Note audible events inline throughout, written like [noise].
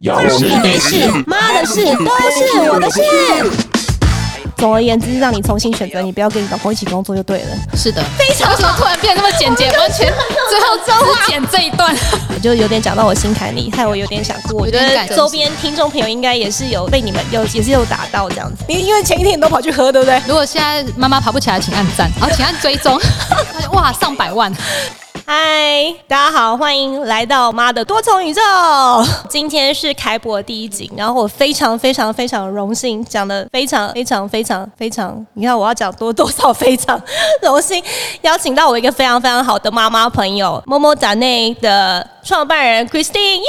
有事没事，妈的事都是我的事。总而言之，让你重新选择，你不要跟你老公一起工作就对了。是的，非常。为什么突然变那么简 [laughs] 洁？完全最后只剪这一段。我就有点讲到我心坎里，害我有点想哭。我觉有点感得动周边听众朋友应该也是有被你们有也是有打到这样子。因因为前一天你都跑去喝，对不对？ [laughs] 如果现在妈妈爬不起来，请按 [laughs] 赞，然后请按追踪。哇，上百 [laughs] 万！嗨，大家好，欢迎来到妈的多重宇宙。今天是开播第一集，然后我非常非常非常荣幸，讲的非常非常非常非常，你看我要讲多多少非常荣幸，邀请到我一个非常非常好的妈妈朋友，么么展内的创办人 Christine，耶，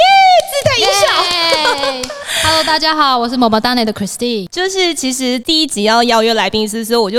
自带音效。耶 Hello，大家好，我是某某大内的 Christine。就是其实第一集要邀约来宾是，所以我就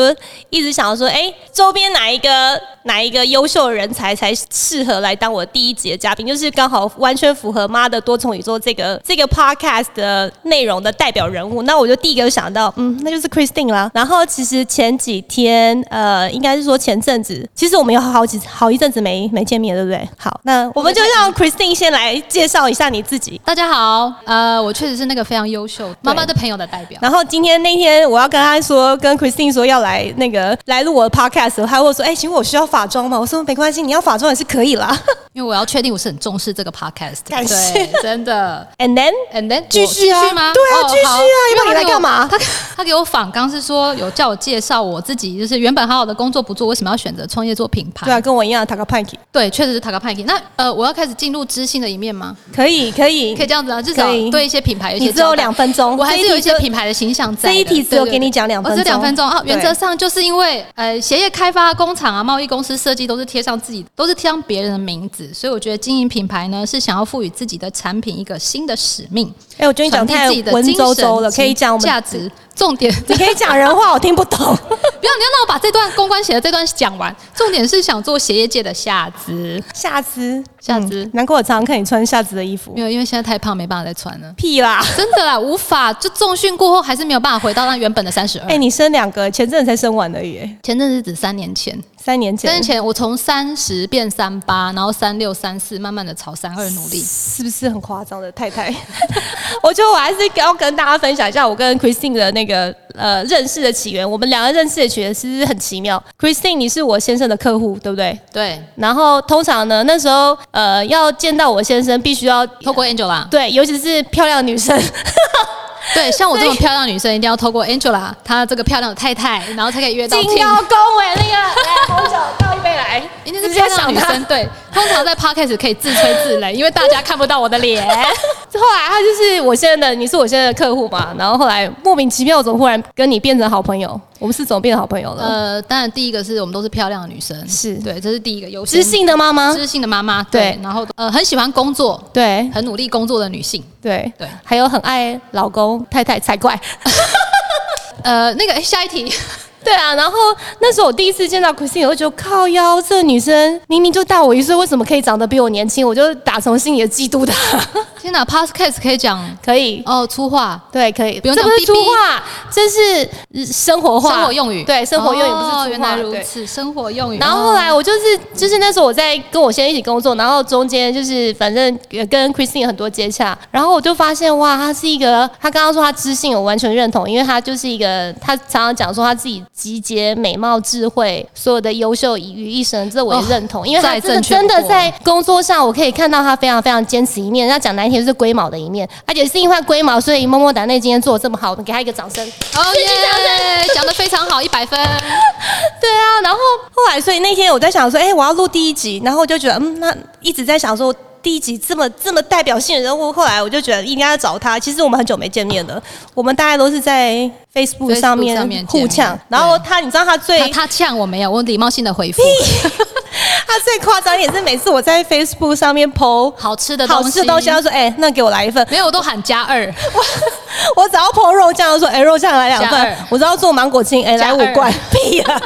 一直想要说，哎、周边哪一个哪一个优秀人才才适合来当我第一集的嘉宾？就是刚好完全符合《妈的多重宇宙》这个这个 podcast 的内容的代表人物。那我就第一个就想到，嗯，那就是 Christine 啦。然后其实前几天，呃，应该是说前阵子，其实我们有好几好一阵子没没见面了，对不对？好，那我们就让 Christine 先来介绍一下你自己。大家好，呃，我确实是那个非常优秀妈妈的朋友的代表。然后今天那天我要跟他说，跟 Christine 说要来那个来录我的 podcast，他问我说：“哎、请问我需要法妆吗？”我说：“没关系，你要法妆也是可以啦。 [laughs] 因为我要确定我是很重视这个 podcast，感谢对，真的。” And then And then 继续啊我吗？对啊哦继续啊好要不然因为他你来给我干嘛他他给我访刚是说有叫我介绍我自己，就是原本好好的工作不做，为什么要选择创业做品牌？对啊，跟我一样，打个 panky，对，确实是塔卡派克。那呃，我要开始进入知性的一面吗？可以可以可以这样子啊，至嗯少可以对一些品牌有一些你只有交代两分钟我还是有这一一些题就品牌的形象在的。这一题只有对对给你对讲两分我只有两分钟钟啊。原对则上就是因为呃，鞋业开发工厂啊、贸易公司、设计都是贴上自己，都是贴上别人的名字，所以我觉得经营品牌呢，是想要赋予自己的产品一个新的使命。哎、我觉得你讲传递太自己的文精绉神绉了，及可以讲我们价，值重点。 [laughs] 你可以讲人话，我听不懂。 [laughs] 不要，你要让我把这段公关写的这段讲完。重点是想做鞋业界的夏姿，夏姿，夏姿嗯难怪我常常看你穿夏姿的衣服没，有，因为现在太胖，没办法再穿了。屁啦！ [laughs] 真的啦，无法就重训过后还是没有办法回到那原本的三十二哎、。你生两个，前阵子才生完而已、哎前阵子指三年前，三年三前年，前我从三十变三八，然后三六三四，慢慢的朝三二努力。是不是很夸张的太太？ [laughs] 我觉得我还是要跟大家分享一下我跟 Christine 的那个呃认识的起源。我们两个认识的起源其实很奇妙。Christine，你是我先生的客户，对不对？ [laughs] 对，然后通常呢，那时候呃要见到我先生，必须要透过 [laughs] Angela，对，尤其是漂亮女生，对，像我这种所以漂亮女生，一定要透过 Angela，她这个漂亮的太太，然后才可以约 [laughs] 到金 team。腰恭维那个，来，红酒倒一杯来， [laughs] 一定是漂亮女生，对，通常在 podcast 可以自吹自擂，因为大家看不到我的脸。 [laughs] 后来他就是我现在的，你是我现在的客户嘛？然后后来莫名其妙怎么忽然跟你变成好朋友？我们是怎么变成好朋友的？ [laughs] 呃，当然第一个是我们都是漂亮的女生，是对，这是第一个优先知性的妈妈，知性的妈妈，对对，然后呃很喜欢工作，对很努力工作的女性。对对还有很爱老公太太才 [laughs] 怪。呃，哎那个诶下一题，对啊，然后那时候我第一次见到 Christine，我就觉得靠腰，这女生明明就大我一岁，为什么可以长得比我年轻？我就打从心里的嫉妒 [laughs] 她。 [laughs] 天哪，podcast 可以讲可以，哦粗话，对，可以，不用这讲不是 BB 粗话，这是呃生活化、生活用语，对，生活用语不是粗话。哦原来如对此，生活用语。然后后哦来我就是就是那时候我在跟我先生一起工作，然后中间就是反正也跟 Christine 很多接洽，然后我就发现哇，他是一个他刚刚说他知性，我完全认同，因为他就是一个他常常讲说他自己集结美貌、智慧所有的优秀于一身，这我也认同，因为他哦再真的正确真不的过在工作上，我可以看到他非常非常坚持一面。他讲难听就是龟毛的一面，而且是因为龟毛，所以么么哒内今天做的这么好，我们给他一个掌声。哦耶，讲的非常好，一百分。对啊，然后后来，所以那天我在想说，哎、我要录第一集，然后我就觉得，嗯，那一直在想说。第一集这么这么代表性的人物，后来我就觉得应该要找他。其实我们很久没见面了，我们大概都是在 Facebook [laughs] Facebook 上面上面见互面呛。对然后他，你知道他最他他呛我没有，我礼貌性的回复，他最夸张也是每次我在 Facebook 上面 PO 好吃的好东西，吃的东西，他说：“哎、那给我来一份。” [laughs] 没有，我都喊加二。我只要泼肉酱，就说哎、肉酱来两加份二；我只要做芒果青，哎、来加二五罐。屁啊呀、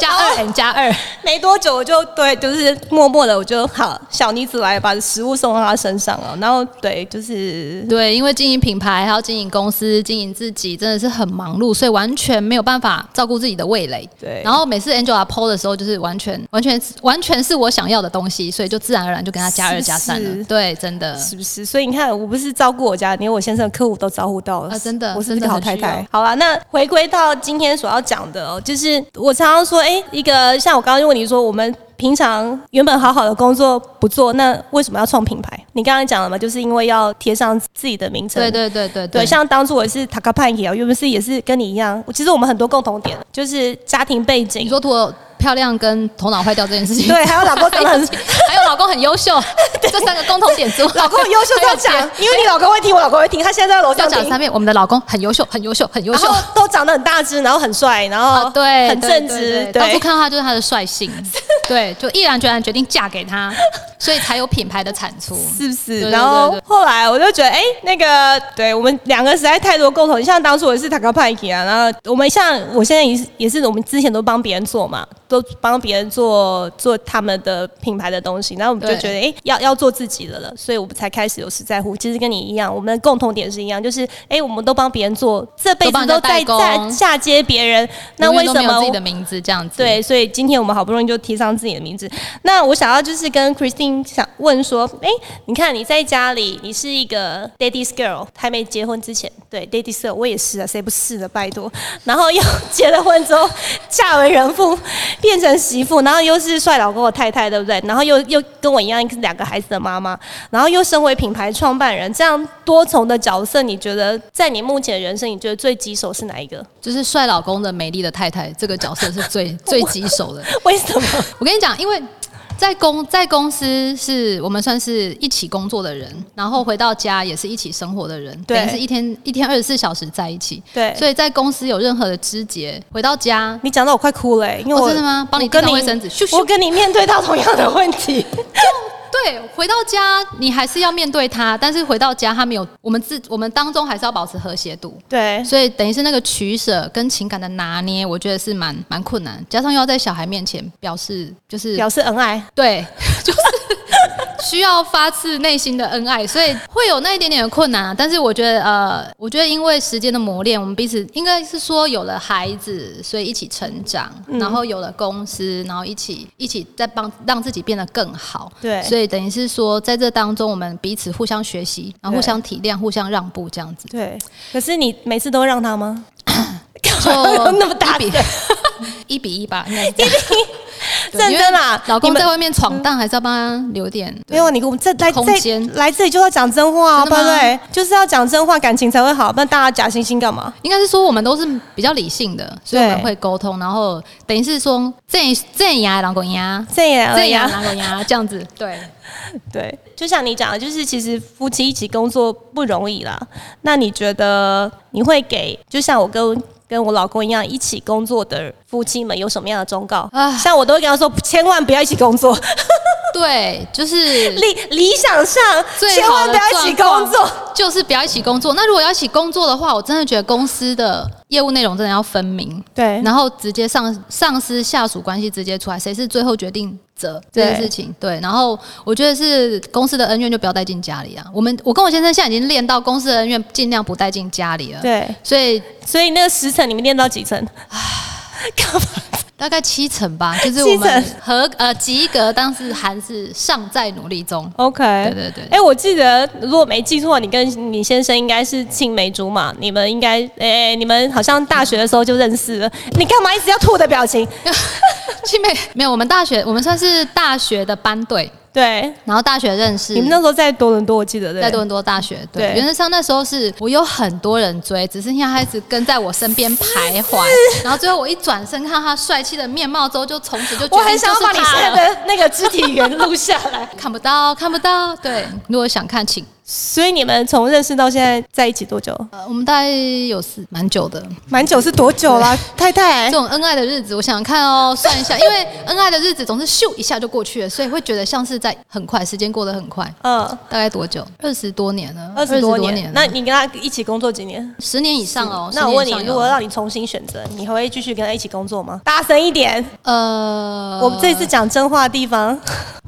加二 and 加二，没多久我就对，就是默默的我就好，小妮子来把食物送到她身上了。然后对，就是嗯对，因为经营品牌还要经营公司、经营自己，真的是很忙碌，所以完全没有办法照顾自己的味蕾。对然后每次 Angela PO 的时候，就是完全、完全、完全是我想要的东西，所以就自然而然就跟他加是二不加三了。是对，真的。是不是？所以你看，我不是照顾我家，连我先生的客户都照顾到了啊真的我是不是个好太真的很需太。好了，那回归到今天所要讲的哦，就是我常常说，哎、一个像我刚刚问你说，我们平常原本好好的工作不做，那为什么要创品牌？你刚刚讲了嘛，就是因为要贴上自己的名称。对对对对对，像当初我也是塔卡潘也啊，原本是也是跟你一样，其实我们很多共同点，就是家庭背景你，说图我漂亮跟头脑坏掉这件事情，对，还有老公长得 [laughs] 很还有老公很 [laughs] 优秀，这三个共同点之外，老公很优秀，要讲还有，因为你老公会听，我老公会听，他现在在楼要上讲听三。遍，我们的老公很优秀，很优秀，很优然秀。后都长得很大只，然后很帅，然后啊，对，哦很对正对直对，当初对。看到他就是他的 [laughs] 率性，对，就毅然决然决定嫁给他，所以才有品牌的产出。是不是？对然对后对后来我就觉得，哎，那个，对我们两个实在太多共同。像当初我也是塔克派克啊，然后我们像我现在也是，也是我们之前都帮别人做 [laughs] 嘛，都帮别人做做他们的品牌的东西，然后我们就对觉得，哎，要要做自己的了，所以我们才开始有实在乎。其实跟你一样，我们的共同点是一样，就是，哎，我们都帮别人做，这辈都帮子人都家在代工在嫁接别人，那永为远都什没有么自己的名字这样子？，对，所以今天我们好不容易就贴上自己的名字。那我想要就是跟 Christine 想问说，哎、你看你在家里，你是一个 daddy's girl，还没结婚之前，对 daddy's girl，我也是啊，谁不是的，拜托。然后又结了婚之后，嫁为人妇，变成媳妇，然后又是帅老公的太太，对不对？然后又又跟我一样是两个孩子的妈妈，然后又身为品牌创办人，这样多重的角色，你觉得在你目前的人生，你觉得最棘手是哪一个？就是帅老公的美丽的太太这个角色是 [laughs] 最最棘手的。为什么？我跟你讲，因为在公在公司是我们算是一起工作的人，然后回到家也是一起生活的人，对等于是一天一天二十四小时在一起。对所以在公司有任何的枝节，回到家你讲到我快哭了、欸，因为哦我、真的吗帮你我跟递你上卫生纸咻咻我跟你面对到同样的问 [laughs] 题，对，回到家你还是要面对他，但是回到家他没有，我们自我们当中还是要保持和谐度。对，所以等于是那个取舍跟情感的拿捏，我觉得是蛮蛮困难，加上又要在小孩面前表示，就是表示恩爱，对， [laughs] 就是需要发自内心的恩爱，所以会有那一点点的困难啊。但是我觉得，呃，我觉得因为时间的磨练，我们彼此应该是说有了孩子，所以一起成长，嗯然后有了公司，然后一起一起再帮让自己变得更好。对所以等于是说，在这当中，我们彼此互相学习，然后互对相体谅，互相让步，这 [laughs] 样子。对。可是你每次都让他吗？ [laughs] 就那么大一声比 [laughs] 一比一吧，应该是这样 [laughs] 对认真啦因为老公你们嗯在外面闯荡，还是要帮他留点。没有，你我们这来空这间来这里就要讲真话、啊，真对的不吗对？就是要讲真话，感情才会好。不然大家假惺惺干嘛？应该是说我们都是比较理性的，所以我对们会沟通，然后等于是说正正牙狼狗牙，这也啊正牙样。狼狗牙这样啊子。对，对，就像你讲的，就是其实夫妻一起工作不容易啦。那你觉得你会给，就像我跟跟我老公一样一起工作的夫妻们有什么样的忠告？唉像我都会跟他说，千万不要一起工 [laughs] 作，对，就是理理想上最千好万的不要一起状工况作。就是不要一起工作。那如果要一起工作的话，我真的觉得公司的业务内容真的要分明，对然后直接上上司下属关系直接出来，谁是最后决定者这件对事情。对，然后我觉得是公司的恩怨就不要带进家里啊。我们我跟我先生现在已经练到公司的恩怨尽量不带进家里了。，对，所以所以那个十层你们练到几层？ [laughs] 干嘛？大概七成吧， [laughs] 就是我们七合呃及格，但是还是尚在努力中。 [laughs] OK，对对对哎、我记得如果没记错，你跟你先生应该是青梅竹马，你们应该，哎、你们好像大学的时候就认识了。你干嘛一直要吐我的表情？嗯青梅没有，我们大学我们算是大学的班队，对，然后大学认识。你们那时候在多伦多，我记得对。在多伦多大学，对，对原则上那时候是我有很多人追，只是因为他一直跟在我身边徘徊，然后最后我一转身看到他帅气的面貌之后，就从此就决我定很想要就是把你他现在了。 [laughs] 的那个肢体语言录下来。看不到，看不到，对，如果想看请所以你们从认识到现在在一起多久？呃，我们大概有四蛮久的，蛮久是多久嗯啦，太太这？种恩爱的日子，我想想看 [laughs] 哦，算一下，因为恩爱的日子总是咻一下就过去了，所以会觉得像是在很快，时间过得很快。嗯，大概多久？二十多年了，二十多多年。那那你跟他一起工作几年？十年以上哦。那我10问年你以上，有如果让你重新选择，你还会继续跟他一起工作吗？大声一点，呃，我们这次讲真话的地方。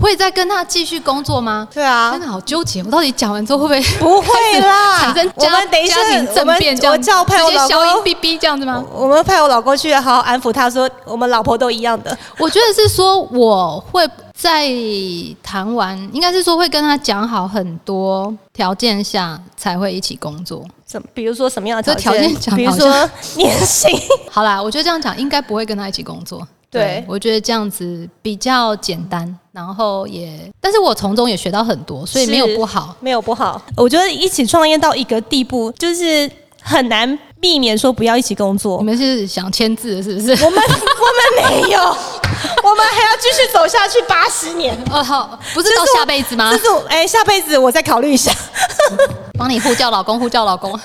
会再跟他继续工作吗？对啊真，的好纠结，我到底讲完之后会不会不会 [laughs] 啦产生啊我家们等一下家庭政变这我们我样？叫派我直接老消音公哔哔这样子吗？我们派我老公去好好安抚他说，我们老婆都一样的。我觉得是说我会在谈完，应该是说会跟他讲好很多条件下才会一起工作。什么？比如说什么样的这条条件？件讲比如好说 [laughs] 年薪。好啦，我觉得这样讲应该不会跟他一起工作。对我觉得这样子比较简单，然后也，但是我从中也学到很多，所以没有不好。没有不好。我觉得一起创业到一个地步，就是很难避免说不要一起工作你。们是想签字的 [laughs] 是不是？我们我们没有，我们还要继续走下去八十年。哦，好，不是到这是我下辈子吗这？是我哎、下辈子我再考虑一下。帮你呼叫老公，呼叫老公。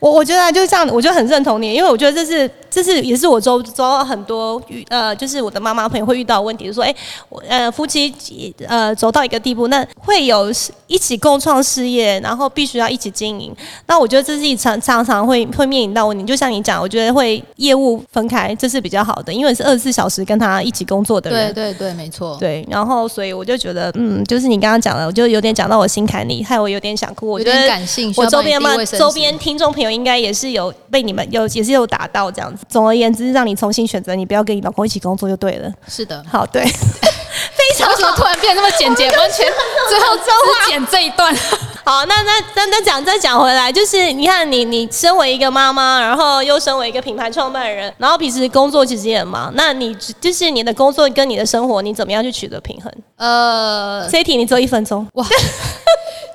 我我觉得啊就是这样，我就很认同你，因为我觉得这是这是也是我周周很多遇呃，就是我的妈妈朋友会遇到的问题，就是说哎、我呃夫妻呃走到一个地步，那会有一起共创事业，然后必须要一起经营。那我觉得这是一常常常会会面临到问题，就像你讲，我觉得会业务分开，这是比较好的，因为是二十四小时跟他一起工作的人对。对对，没错。对，然后所以我就觉得，嗯，就是你刚刚讲的，我就有点讲到我心坎里，害我有点想哭。我有觉点得感性需我要周帮你边递嘛卫，生纸周边听众朋友应该也是有被你们有也是有打到这样子。总而言之，让你重新选择，你不要跟你老公一起工作就对了。是的。 [laughs] 好，对， [laughs] 非常为什么突然变得那么简洁？完全最后只剪这一段。 [laughs] 好。那那那那讲再讲回来，就是你看你你身为一个妈妈，然后又身为一个品牌创办人，然后平时工作其实也忙，那你就是你的工作跟你的生活，你怎么样去取得平衡？呃，这一题你只有一分钟。哇，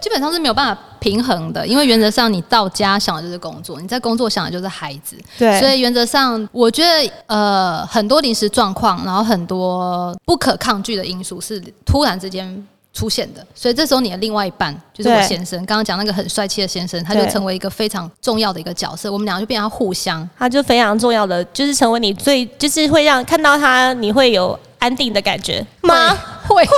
基本上是没有办法平衡的，因为原则上你到家想的就是工作，你在工作想的就是孩子。对所以原则上我觉得呃很多临时状况，然后很多不可抗拒的因素是突然之间。出现的，所以这时候你的另外一半就是我对先生，刚刚讲那个很帅气的先生，他就对成为一个非常重要的一个角色，我们俩就变成要互相它就非常重要的，就是成为你最，就是会让看到它，你会有安定的感觉吗？会会，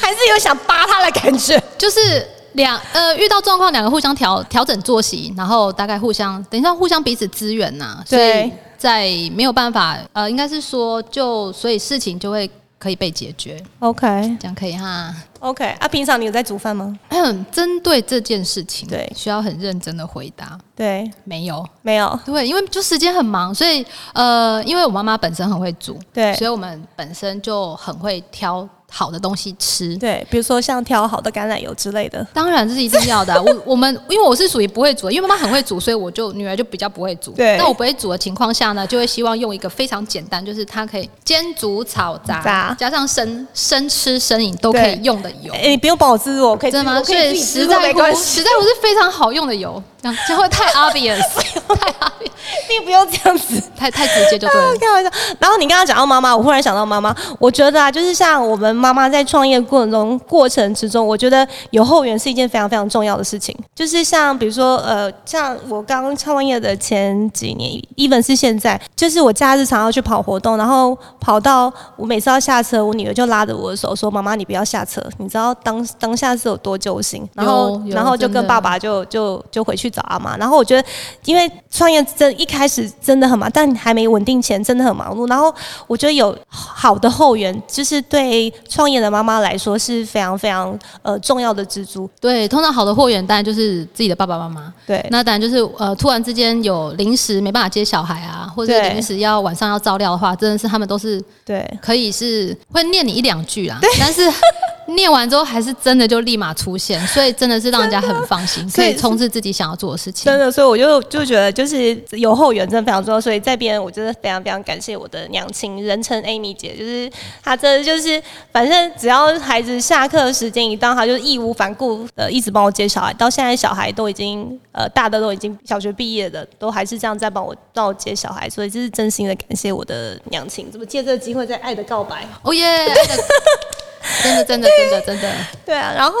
还是有想扒它的感觉？就是两呃遇到状况，两个互相调调整作息，然后大概互相等一下互相彼此支援呐、所对以在没有办法呃，应该是说就所以事情就会可以被解决， OK 这样可以哈。 [clears throat] OK，啊，平常你有在煮饭吗？针对这件事情，对需要很认真的回答，对，没有。没有。对，因为就时间很忙，所以呃，因为我妈妈本身很会煮，对所以我们本身就很会挑好的东西吃，对，比如说像挑好的橄榄油之类的。当然这是一定要的啊、我我们因为我是属于不会煮的，因为妈妈很会煮，所以我就女儿就比较不会煮。对那我不会煮的情况下呢，就会希望用一个非常简单，就是它可以煎、煮、炒、炸，炸加上生生吃、生饮都可以对用的油哎、。你不用帮我自助，我可以自真的助，吗？我所可以以自己自实助在没乎关，系， [laughs] 实在乎是非常好用的油，这样这样会太 obvious，太 obvious，并不用这样子。太太直接就对 [laughs] 了啊。开玩笑。然后你刚刚讲到妈妈，我忽然想到妈妈，我觉得啊，就是像我们妈妈在创业过程中过程之中，我觉得有后援是一件非常非常重要的事情。就是像比如说呃，像我刚创业的前几年，even 是现在，就是我假日常要去跑活动，然后跑到我每次要下车，我女儿就拉着我的手说：“妈妈，你不要下车。”你知道当当下是有多揪心。然后有有然后就真的跟爸爸就就就回去找阿妈。然后我觉得，因为创业真一开始真的很忙，但还没稳定前真的很忙碌。然后我觉得有好的后援，就是对创业的妈妈来说是非常非常呃重要的支柱。对，通常好的货源当然就是自己的爸爸妈妈，对，那当然就是呃，突然之间有临时没办法接小孩啊，或者对是临时要晚上要照料的话，真的是他们都是对可以是会念你一两句啦，[laughs] 但是念完之后还是真的就立马出现，所以真的是让人家很放心，所可以以冲刺自己想要做的事情真。的，所以我就就觉得就是有后援真的非常重要，所以在边我真的非常非常感谢我的娘亲，人称 Amy 姐，就是她真的就是反正只要孩子下课时间一到，她就义无反顾的一直帮我接小孩，到现在小孩都已经呃大的都已经小学毕业的，都还是这样在帮我帮我接小孩，所以这是 [laughs] 真心的感谢我的娘亲，怎么借这个机会在爱的告白？哦耶！爱的真的，真的，真的，真的。对啊，然后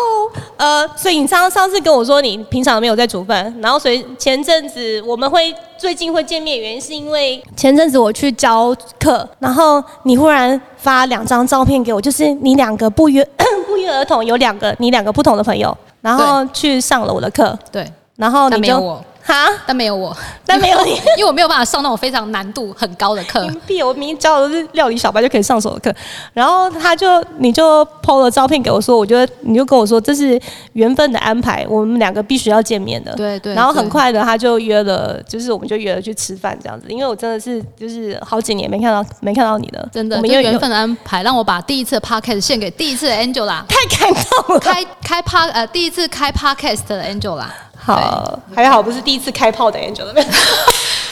呃，所以你上上次跟我说你平常没有在煮饭，然后所以前阵子我们会最近会见面，原因是因为前阵子我去教课，然后你忽然发两张照片给我，就是你两个不约 [coughs] 不约而同有两个你两个不同的朋友，然后去上了我的课，对，然后但哦你没有就我，哈，但没有我，但没有你。因为我没有办法上那种非常难度很高的课 [laughs] 屏。蔽，我明明教的是料理小白就可以上手的课，然后他就你就 PO 了照片给我说，我觉得你就跟我说这是缘分的安排，我们两个必须要见面的。对对然后很对快的他就约了，就是我们就约了去吃饭这样子，因为我真的是就是好几年没看到没看到你了，真的，我就们因为有缘分的安排，让我把第一次的 podcast 献给第一次的 [laughs] Angela，太感动了。开开 p a 呃第一次开 podcast 的 Angela，好，还好不是第一次开炮 [laughs] 的 Angel，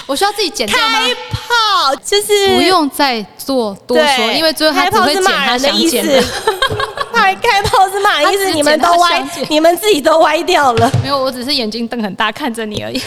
我需要自己剪掉吗？开炮就是不用再做多说，对因为最后他开只炮会是剪骂他人的想意剪思 [laughs] 的。，开开炮是骂人意 [laughs] 他思，只你们剪都他歪想剪，你们自己都歪掉了。没有，我只是眼睛瞪很大看着你而 [laughs] 已。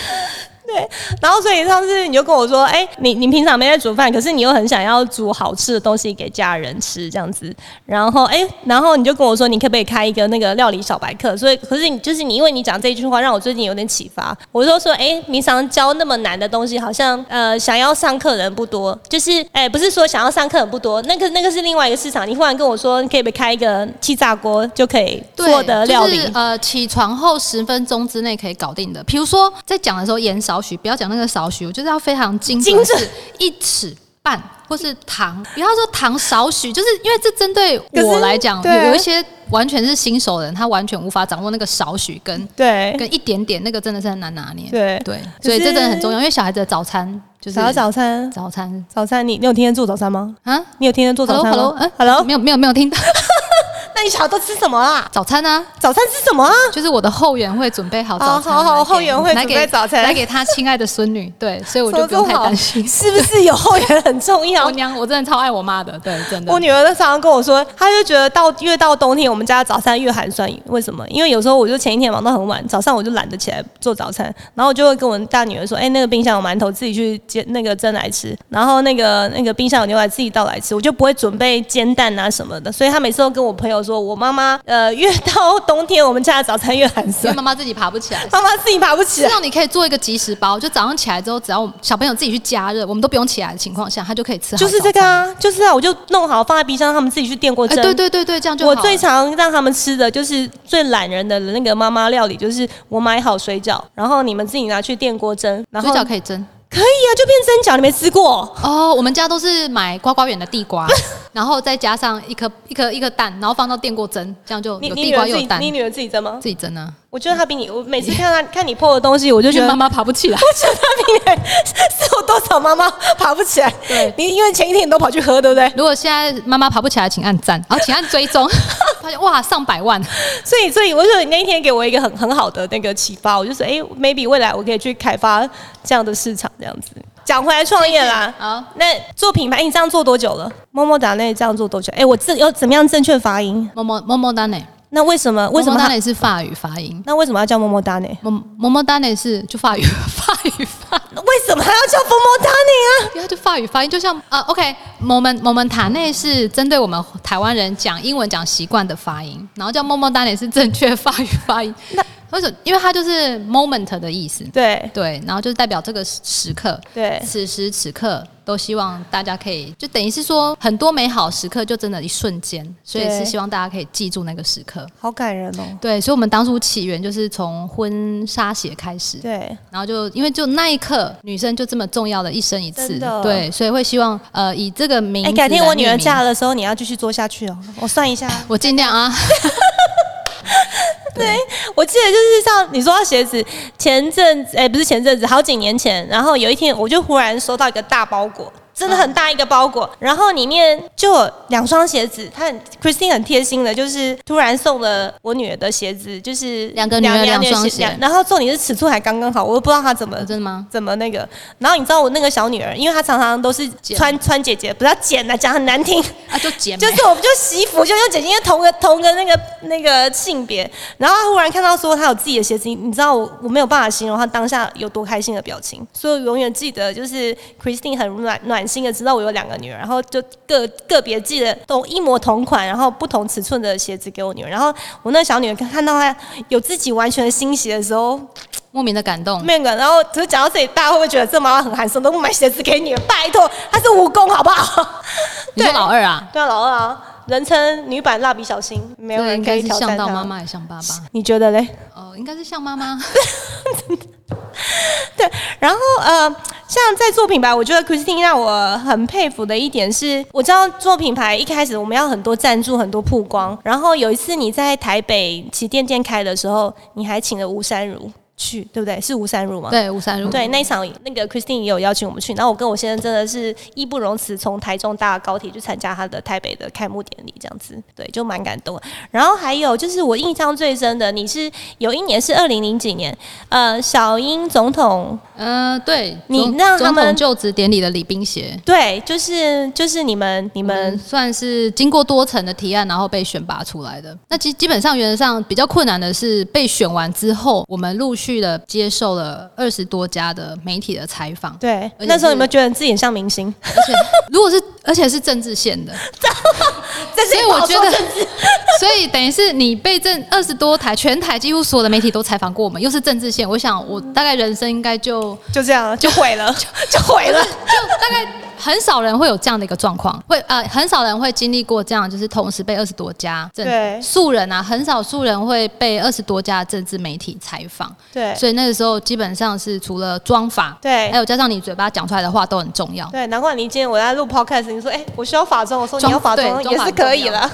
对，然后所以上次你就跟我说，哎、你你平常没在煮饭，可是你又很想要煮好吃的东西给家人吃这样子，然后哎、然后你就跟我说，你可不可以开一个那个料理小白课？所以可是你就是你，因为你讲这句话，让我最近有点启发。我就说，哎、平常教那么难的东西，好像呃想要上课的人不多，就是哎、不是说想要上课的人不多，那个那个是另外一个市场。你忽然跟我说，你可以不可以开一个气炸锅就可以做的料理，就是呃，起床后十分钟之内可以搞定的。比如说在讲的时候盐少许，不要讲那个少许，我就是要非常精准，精准是一尺半或是糖，不要说糖少许，就是因为这针对可是我来讲，有对啊有一些完全是新手的人，他完全无法掌握那个少许 [laughs] 跟对。跟一点点，那个真的是很难拿捏。对对，可是所以这真的很重要，因为小孩子的早餐就是想要早餐，早餐早餐你你有天天做早餐吗？啊。你有天天做早 Hello 餐 Hello，吗嗯没有没有没有听到 [laughs] 那你小孩都吃什么啊？早餐啊，早餐吃什么啊？就是我的后援会准备好早餐，哦好好来给后援会来给准备早餐来给他亲爱的孙女，对，所以我什就么不用都太好，担 [laughs] 心。是不是有后援很重 [laughs] 我要？娘，我真的超爱我妈的，对，真的我。女儿常常跟我说，她就觉得到越到冬天，我们家的早餐越寒酸。为什么？因为有时候我就前一天忙到很晚，早上我就懒得起来做早餐，然后我就会跟我大女儿说：“哎、那个冰箱有馒头，自己去煎那个蒸来吃。然后那个那个冰箱有牛奶，自己倒来吃。”我就不会准备煎蛋啊什么的。所以她每次都跟我朋友说：“我妈妈呃，越到冬天，我们家的早餐越寒因为酸， [laughs] 妈妈自己爬不起来， [laughs] 妈妈自己爬不起至来。”少你可以做一个即食包，就早上起来之后，只要我们小朋友自己去加热，我们都不用起来的情况下，他就可以吃好。就是这个，啊，就是啊，我就弄好放在冰箱，他们自己去电锅哎，蒸。对对对对，这样就好我了最常让他们吃的就是最懒人的那个妈妈料理，就是我买好水饺，然后你们自己拿去电锅蒸，然水后饺可以蒸可以啊，就变蒸饺，你没吃过？哦。我们家都是买瓜瓜园的地瓜，然后再加上一颗一颗一颗蛋，然后放到电锅蒸，这样就你有你地女儿瓜自又己有蛋，你女儿自己蒸吗？自己蒸啊。我觉得她比你，我每次看她看你破的东西，我就就觉觉得 [laughs] 得妈妈爬不起来，妈比你 [laughs] 是有多少妈妈爬不起来？对你因为前一天你都跑去喝，对不对？如果现在妈妈爬不起来，请按 [laughs] 赞，然后请按追踪，发现哇上百万，所以，所以我就那一天给我一个很很好的那个启发，我就说，哎、m a y b e 未来我可以去开发这样的市场，这样子。讲回来创业啦，好，那做品哎牌，你这样做多久了？么么哒，那这样做多久？哎、我这要怎么样正确发音？么么么么哒呢？那为什么？为什么哒它？呢是法语发音？那为什么要叫么么哒呢？么么么哒呢是就法语 [laughs] 法语发，那为什么还要叫么么哒呢？啊？对，它就法语发音，就像呃，OK，我们我们塔内是针对我们台湾人讲英文讲习惯的发音，然后叫么么哒呢是正确法语发音那。为什么？因为它就是 moment 的意思，对对，然后就是代表这个时刻，对此时此刻都希望大家可以，就等于是说很多美好时刻就真的一瞬间，所以对是希望大家可以记住那个时刻。好感人哦。对，所以我们当初起源就是从婚纱鞋开始，对，然后就因为就那一刻，女生就这么重要的一生一次真的，对，所以会希望呃以这个名哎、字改天我来女命儿名嫁的时候，你要继续做下去哦。我算一下，我尽量啊， [laughs] 我记得就是像你说到鞋子，前阵子哎、不是前阵子，好几年前，然后有一天我就忽然收到一个大包裹。真的很大一个包裹，然后里面就有两双鞋子。她很 Christine 很贴心的，就是突然送了我女儿的鞋子，就是两个女儿两双鞋然后重点是尺寸还刚刚好，我又不知道她怎么哦真的吗？怎么那个。然后你知道我那个小女儿，因为她常常都是剪穿穿姐姐，不要剪啊，讲很难听，啊就姐妹， [laughs] 就是我们就媳妇就用姐姐，因为同个同个那个那个性别，然后他忽然看到说他有自己的鞋子，你你知道我我没有办法形容他当下有多开心的表情，所以我永远记得就是 Christine 很暖暖满心的知道我有两个女儿，然后就个个别寄了都一模同款，然后不同尺寸的鞋子给我女儿。然后我那小女儿看到她有自己完全的新鞋的时候，莫名的感动。那个，然后就讲到这里，大家会不会觉得这妈妈很寒酸，都不买鞋子给女儿？拜托，她是蜈蚣好不好？你说老二啊？对啊，老二啊，人称女版蜡笔小新，没有这个人应可该以是挑战像到她妈妈，也像爸爸。你觉得嘞？哦，应该是像 [laughs] 妈妈。对，然后呃，像在做品牌，我觉得 Christine 让我很佩服的一点是，我知道做品牌一开始我们要很多赞助、很多曝光。然后有一次你在台北旗舰店开的时候，你还请了吴珊如去，对不对？是吴珊如吗？对，吴三如。嗯对，那一场那个 Christine 也有邀请我们去，然后我跟我先生真的是义不容辞，从台中搭高铁去参加他的台北的开幕典礼，这样子，对，就蛮感动的。然后还有就是我印象最深的，你是有一年是二零零几年，呃，小英总统呃，对，你总让他总们统就职典礼的礼宾鞋，对，就是就是你们你们嗯，算是经过多层的提案，然后被选拔出来的。那基基本上原则上比较困难的是，被选完之后，我们陆续的接受了二十多家的媒体的采访， [laughs] 对，而且那时候有没有是觉得你自己很像明星？而且如果是而且是政治线的， [laughs] [laughs] 这所以是我觉得，所以等于是你被政二十多台全台几乎所有的媒体都采访过我们，又是政治线，我想我大概人生应该就 [laughs] 就这样了就毁了，就就毁了。就大概很少人会有这样的一个状况，会呃很少人会经历过这样，就是同时被二十多家政对素人啊，很少素人会被二十多家政治媒体采访， [laughs] 对所以那个时候基本上是除了妆法，对还有加上你嘴巴讲出来的话都很重要。对，难怪你今天我在录 podcast，你说哎、我需要法妆，我说你妆要法对妆妆也法是很重可以要了。 [laughs]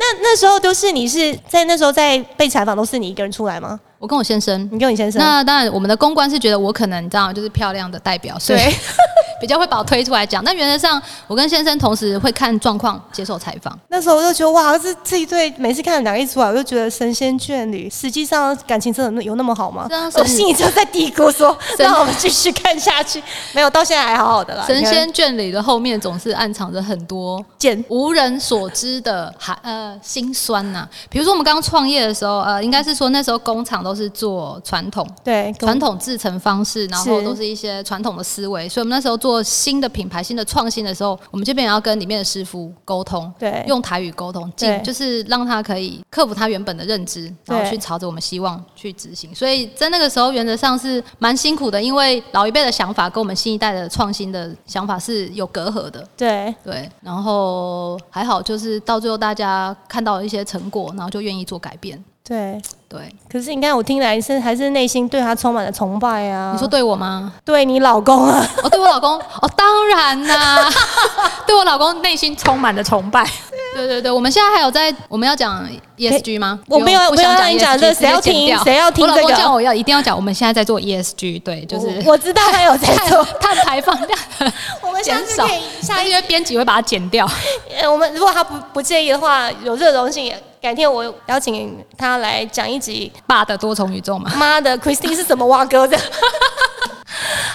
那那时候都是你是在那时候在被采访，都是你一个人出来吗？我跟我先生。你跟你先生？那当然，我们的公关是觉得我可能你知道，就是漂亮的代表，所以对 [laughs] 比较会把我推出来讲。但原则上，我跟先生同时会看状况接受采访。 [laughs] 那时候我就觉得哇，这这一对每次看他们两个一出来，我就觉得神仙眷侣。实际上感情真的有那么好吗？对啊我神心里就在嘀咕说， [laughs] 神让我们继续看下去。没有，到现在还好好的啦。神啊你看仙眷侣的后面总是暗藏着很多见无人所知的含呃辛酸呐、比如说我们刚创业的时候，呃，应该是说那时候工厂都是做传统。对跟我传统制成方式，然后是都是一些传统的思维，所以我们那时候做新的品牌、新的创新的时候，我们这边也要跟里面的师傅沟通，对用台语沟通，对进就是让他可以克服他原本的认知，然后对去朝着我们希望去执行。所以在那个时候，原则上是蛮辛苦的，因为老一辈的想法跟我们新一代的创新的想法是有隔阂的。对对，然后还好，就是到最后大家看到一些成果，然后就愿意做改变。对。对，可是你看，我听来是还是内心对他充满了崇拜啊。你说对我吗？对你老公啊？哦，对我老公， [laughs] 哦，当然啦、 [laughs] 对我老公内心充满了崇拜。 [laughs] 对对对，我们现在还有在，我们要讲 ESG 吗？我没有不用不我没有想 E 让你讲 ESG 这谁要听直接剪掉谁要听我老这公个叫我要一定要讲，我们现在在做 ESG，对，就是我我知道他有在做。 [laughs] 碳排放量的我们下减次少可以，下但是一因为编辑会把它剪掉。 [laughs] [laughs] 呃，我们如果他不不介意的话，有这个荣幸，改天我邀请他来讲一集。爸的多重宇宙嘛， [laughs] 妈的，Christine 是怎么挖哥的？ [laughs]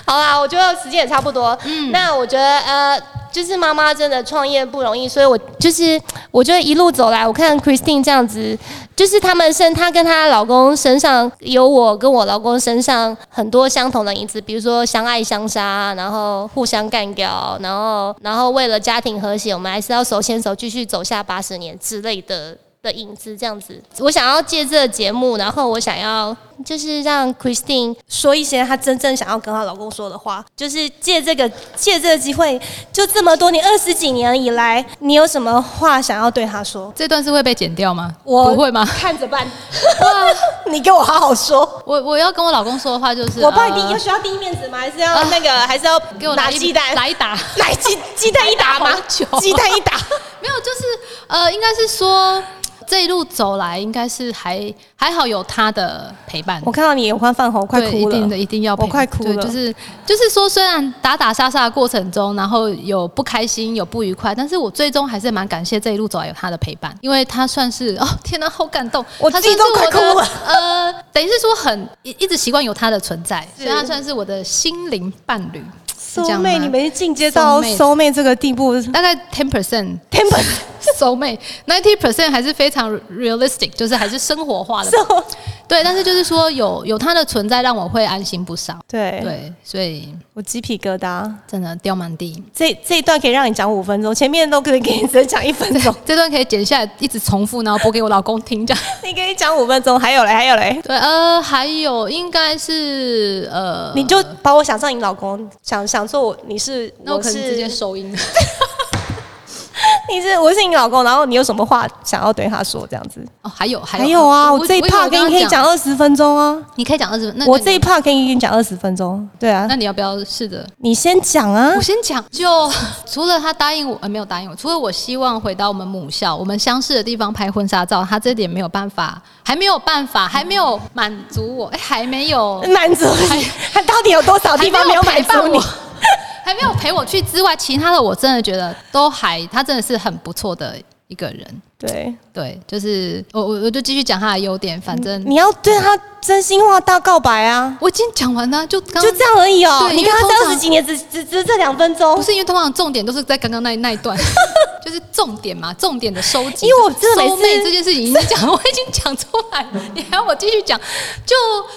好啦，我觉得时间也差不多。嗯，那我觉得呃，就是妈妈真的创业不容易，所以我就是我觉得一路走来，我看 Christine 这样子，就是他们身她跟她老公身上有我跟我老公身上很多相同的影子，比如说相爱相杀，然后互相干掉，然后然后为了家庭和谐，我们还是要手牵手继续走下八十年之类的。的影子这样子，我想要借这个节目，然后我想要就是让 Christine 说一些她真正想要跟她老公说的话，就是借这个借这个机会，就这么多年二十几年以来，你有什么话想要对他说？这段是会被剪掉吗？我不会吗？看着办，你给我好好说。我我要跟我老公说的话就是，我帮你呃第一需要第一面子吗？还是要啊那个？还是要给我拿一鸡蛋？来一打， [laughs] 来鸡鸡蛋一打吗好久？鸡蛋一 [laughs] 打，没有，就是呃，应该是说这一路走来，应该是还还好有他的陪伴。我看到你眼眶泛红，快对哭一定了的，。一定要我陪快哭对了就是就是说，虽然打打杀杀的过程中，然后有不开心，有不愉快，但是我最终还是蛮感谢这一路走来有他的陪伴，因为他算是 [laughs] 哦，天哪、好感动，我他自己算是都快我的哭了呃，等于是说很一一直习惯有他的存在，是所以他算是我的心灵伴侣。是收这样妹，吗你们进阶到收妹收妹这个地 [laughs] 步大概 ten percent ，temper 收妹 ninety percent 还是非常 realistic，就是还是生活化的。收。对对，但是就是说有有他的存在，让我会安心不少。对，对，所以我鸡皮疙瘩。真的掉满地。这这一段可以让你讲五分钟，前面都可以给你只能讲一分钟，这段可以剪下来，一直重复，然后播给我老公听 [laughs] 这样。你可以讲五分钟。还有嘞，还有嘞，对，呃，还有应该是呃，你就把我想象你老公，想想做我你是那我我可能是直接收 [laughs] 音。你是我是你老公，然后你有什么话想要对他说这样子？哦，还有还有还有啊，我这一以为趴给刚刚你可以讲，二十分钟啊，你可以讲二十分。那我那这一你趴可以给你讲二十分钟，对啊，那你要不要试着？你先讲啊我。先讲，就 [laughs] 除了他答应我，呃，没有答应我，除了我希望回到我们母校，我们相似的地方拍婚纱照，他这点没有办法，还没有办法，还没有满足我，哎、还没有，满足你，他到底有多少地方没有满还足没有陪伴你我？还没有陪我去之外，其他的我真的觉得都还，他真的是很不错的一个人。对，对，就是我我我就继续讲他的优点，反正你要对他真心话大告白啊，我已经讲完了，就刚就这样而已哦。对你因为跟他通这常二十几年，只只只这两分不钟，是因为通常重点都是在刚刚那那一 [laughs] 段，就是重点嘛，重点的收集。因为我真的每收次妹这件事情已经讲，我已经讲出来了，你还要我继续讲？就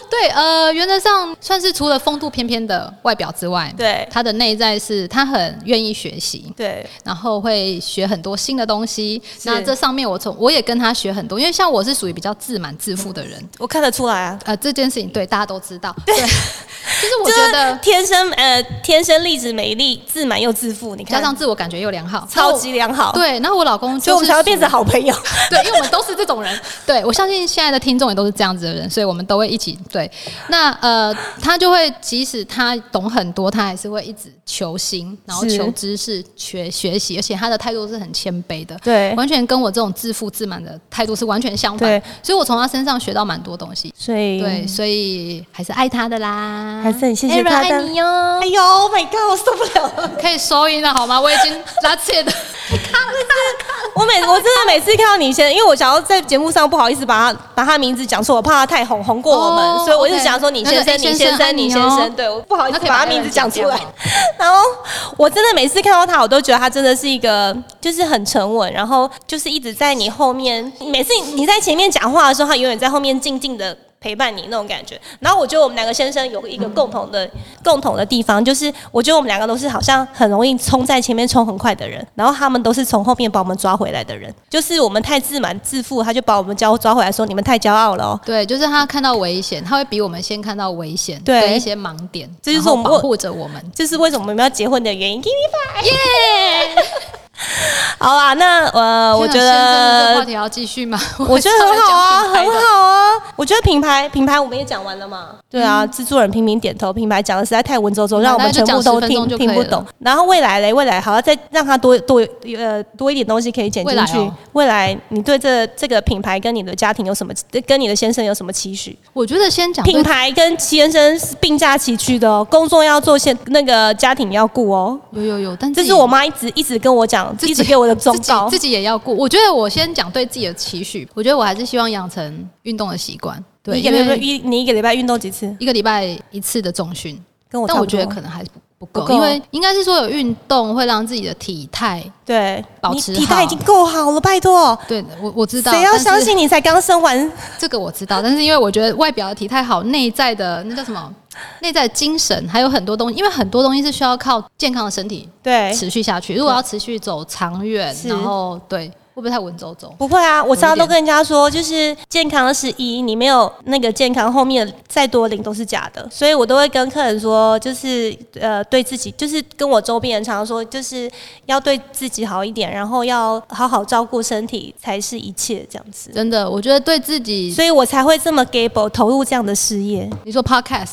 对，呃，原则上算是除了风度翩翩的外表之外，对他的内在是他很愿意学习。对然后会学很多新的东西，是那这上面我从我也跟他学很多，因为像我是属于比较自满自负的人，我看得出来啊。呃，这件事情对大家都知道，对， [laughs] 就是我觉就是得天生呃天生丽质美丽自满又自负，你加看上自我感觉又良好，超级良好，，对，然后我老公所以我就们是才会变成好朋友。对，因为我们都是这种人。对，我相信现在的听众也都是这样子的人，所以我们都会一起对。那呃，他就会即使他懂很多，他还是会一直求新，然后是求知识、学学习，而且他的态度是很谦卑的。对完全跟我这种自负自满的态度是完全相反对，所以我从他身上学到蛮多东西。所以对，所以还是爱他的啦，还是很谢谢 Aaron，他的爱你哟哎。呦，Oh my God，我受不了了。可以收音了好吗？我已经拉切的，我每我真的每次看到你先，因为我想要在节目上不好意思把他把他名字讲错，我怕他太红红过我们，哦所以我就 OK 想说你那就先生、哎你先生先爱生、你你哦先生，对我不好意思那可以把把他那个名字人讲剪出来掉。然后我真的每次看到他，我都觉得他真的是一个就是很沉稳，然后就是一直在你后面，每次你你在前面讲话的时候，他永远在后面静静的。陪伴你那种感觉，然后我觉得我们两个先生有一个共同的、共同的地方，就是我觉得我们两个都是好像很容易冲在前面冲很快的人，然后他们都是从后面把我们抓回来的人，就是我们太自满自负，他就把我们抓抓回来，说你们太骄傲了、哦，对，就是他看到危险，他会比我们先看到危险对的一些盲点，这就然是后我们保护着我们。这是为什么我们要结婚的原因。耶！好啦，那 [laughs] 呃，我觉天啊先生这个话得题要继续 [laughs] 吗？我觉得很好啊，差点讲品牌很的。好啊。我觉得品牌品牌我们也讲完了嘛。对啊，制作人频频点头，品牌讲的实在太文绉绉，嗯让我大们概全就部讲都10分听钟就听可不以了懂。然后未来嘞，未来好要再让他多多呃多一点东西可以剪进去未来哦。未来你对这这个品牌跟你的家庭有什么，跟你的先生有什么期许？我觉得先讲啊对品牌跟先生是并驾齐驱的哦，工作要做，先那个家庭要顾哦。有有有，但自这己是我妈一直一直跟我讲，自己一直给我的忠自己告自。己也要顾。我觉得我先讲对自己的期许，我觉得我还是希望养成运动的习惯。对，你一个因礼拜为一你一个礼拜运动几次？一个礼拜一次的重训，跟哦我差但不我多觉得可能还不不不够，够因为应该是说有运动会让自己的体态。对，保你持体态好已经够好了，拜托，对，我我知道，谁要但是相信你才刚生完？这个我知道，但是因为我觉得外表的体态好，内在的那叫什么？内在的精神还有很多东西，因为很多东西是需要靠健康的身体对，持续下去。如果要持续走长远，哎是然后对，会不会太文绉绉？不会啊，我常常有一点都跟人家说，就是健康是一，你没有那个健康，后面再多零都是假的。所以我都会跟客人说，就是呃，对自己，就是跟我周边人常常说，就是要对自己好一点，然后要好好照顾身体才是一切这样子。真的，我觉得对自己，所以我才会这么 gable 投入这样的 [laughs] 事业你说 podcast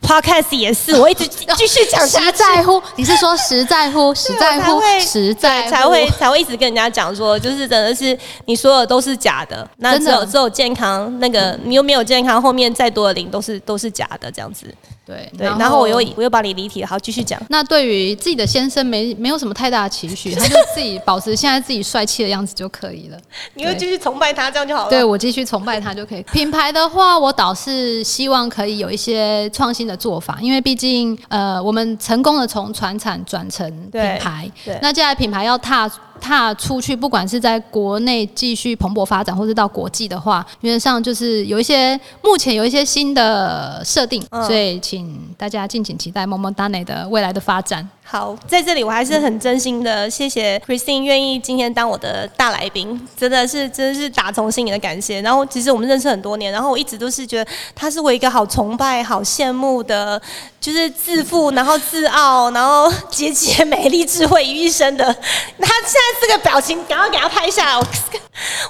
，podcast 也是，我一直继续讲下实去。在乎，你是说实在 [laughs] 乎，实在才乎会，实在乎才会才会一直跟人家讲说，就是真的是你所有都是假的，那真只的有只有健康那个你又没有健康，后面再多的零都是都是假的这样子。对对，然后我又我又把你离题了，好继续讲。那对于自己的先生没没有什么太大的期许，他就自己保持现在自己帅气的样子就可以了。你会继续崇拜他，这样就好了。对我继续崇拜他就可以。品牌的话，我倒是希望可以有一些创新的做法，因为毕竟呃，我们成功的从传产转成对品牌对，那接下来品牌要踏踏出去，不管是在国内继续蓬勃发展，或是到国际的话，原则上就是有一些目前有一些新的设定，嗯所以请大家敬请期待萌萌哒内的未来的发展。好，在这里我还是很真心的谢谢 Christine 愿意今天当我的大来宾，真的是真的是打从心里的感谢。然后其实我们认识很多年，然后我一直都是觉得她是我一个好崇拜、好羡慕的，就是自负，然后自傲，然后节节美丽、智慧于一身的。她现在这个表情，赶快给她拍下来。我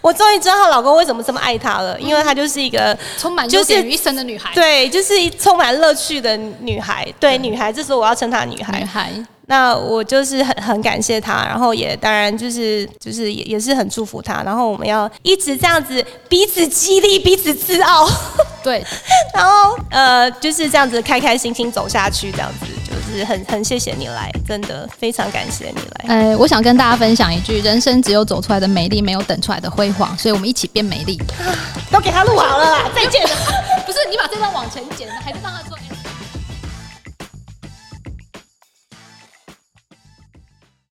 我终于知道她老公为什么这么爱她了，因为她就是一个充满就优是点于一身的女孩，对，就是一充满乐趣的女孩。对，女孩，这时候我要称她女孩女。孩，那我就是很很感谢他，然后也当然就是就是也也是很祝福他，然后我们要一直这样子彼此激励、彼此自傲， [laughs] 对，然后呃就是这样子开开心心走下去，这样子就是很很谢谢你来，真的非常感谢你来。呃，我想跟大家分享一句：人生只有走出来的美丽，没有等出来的辉煌，所以我们一起变美丽。都给他录好了啦，再见。不是，你把这段往前剪，还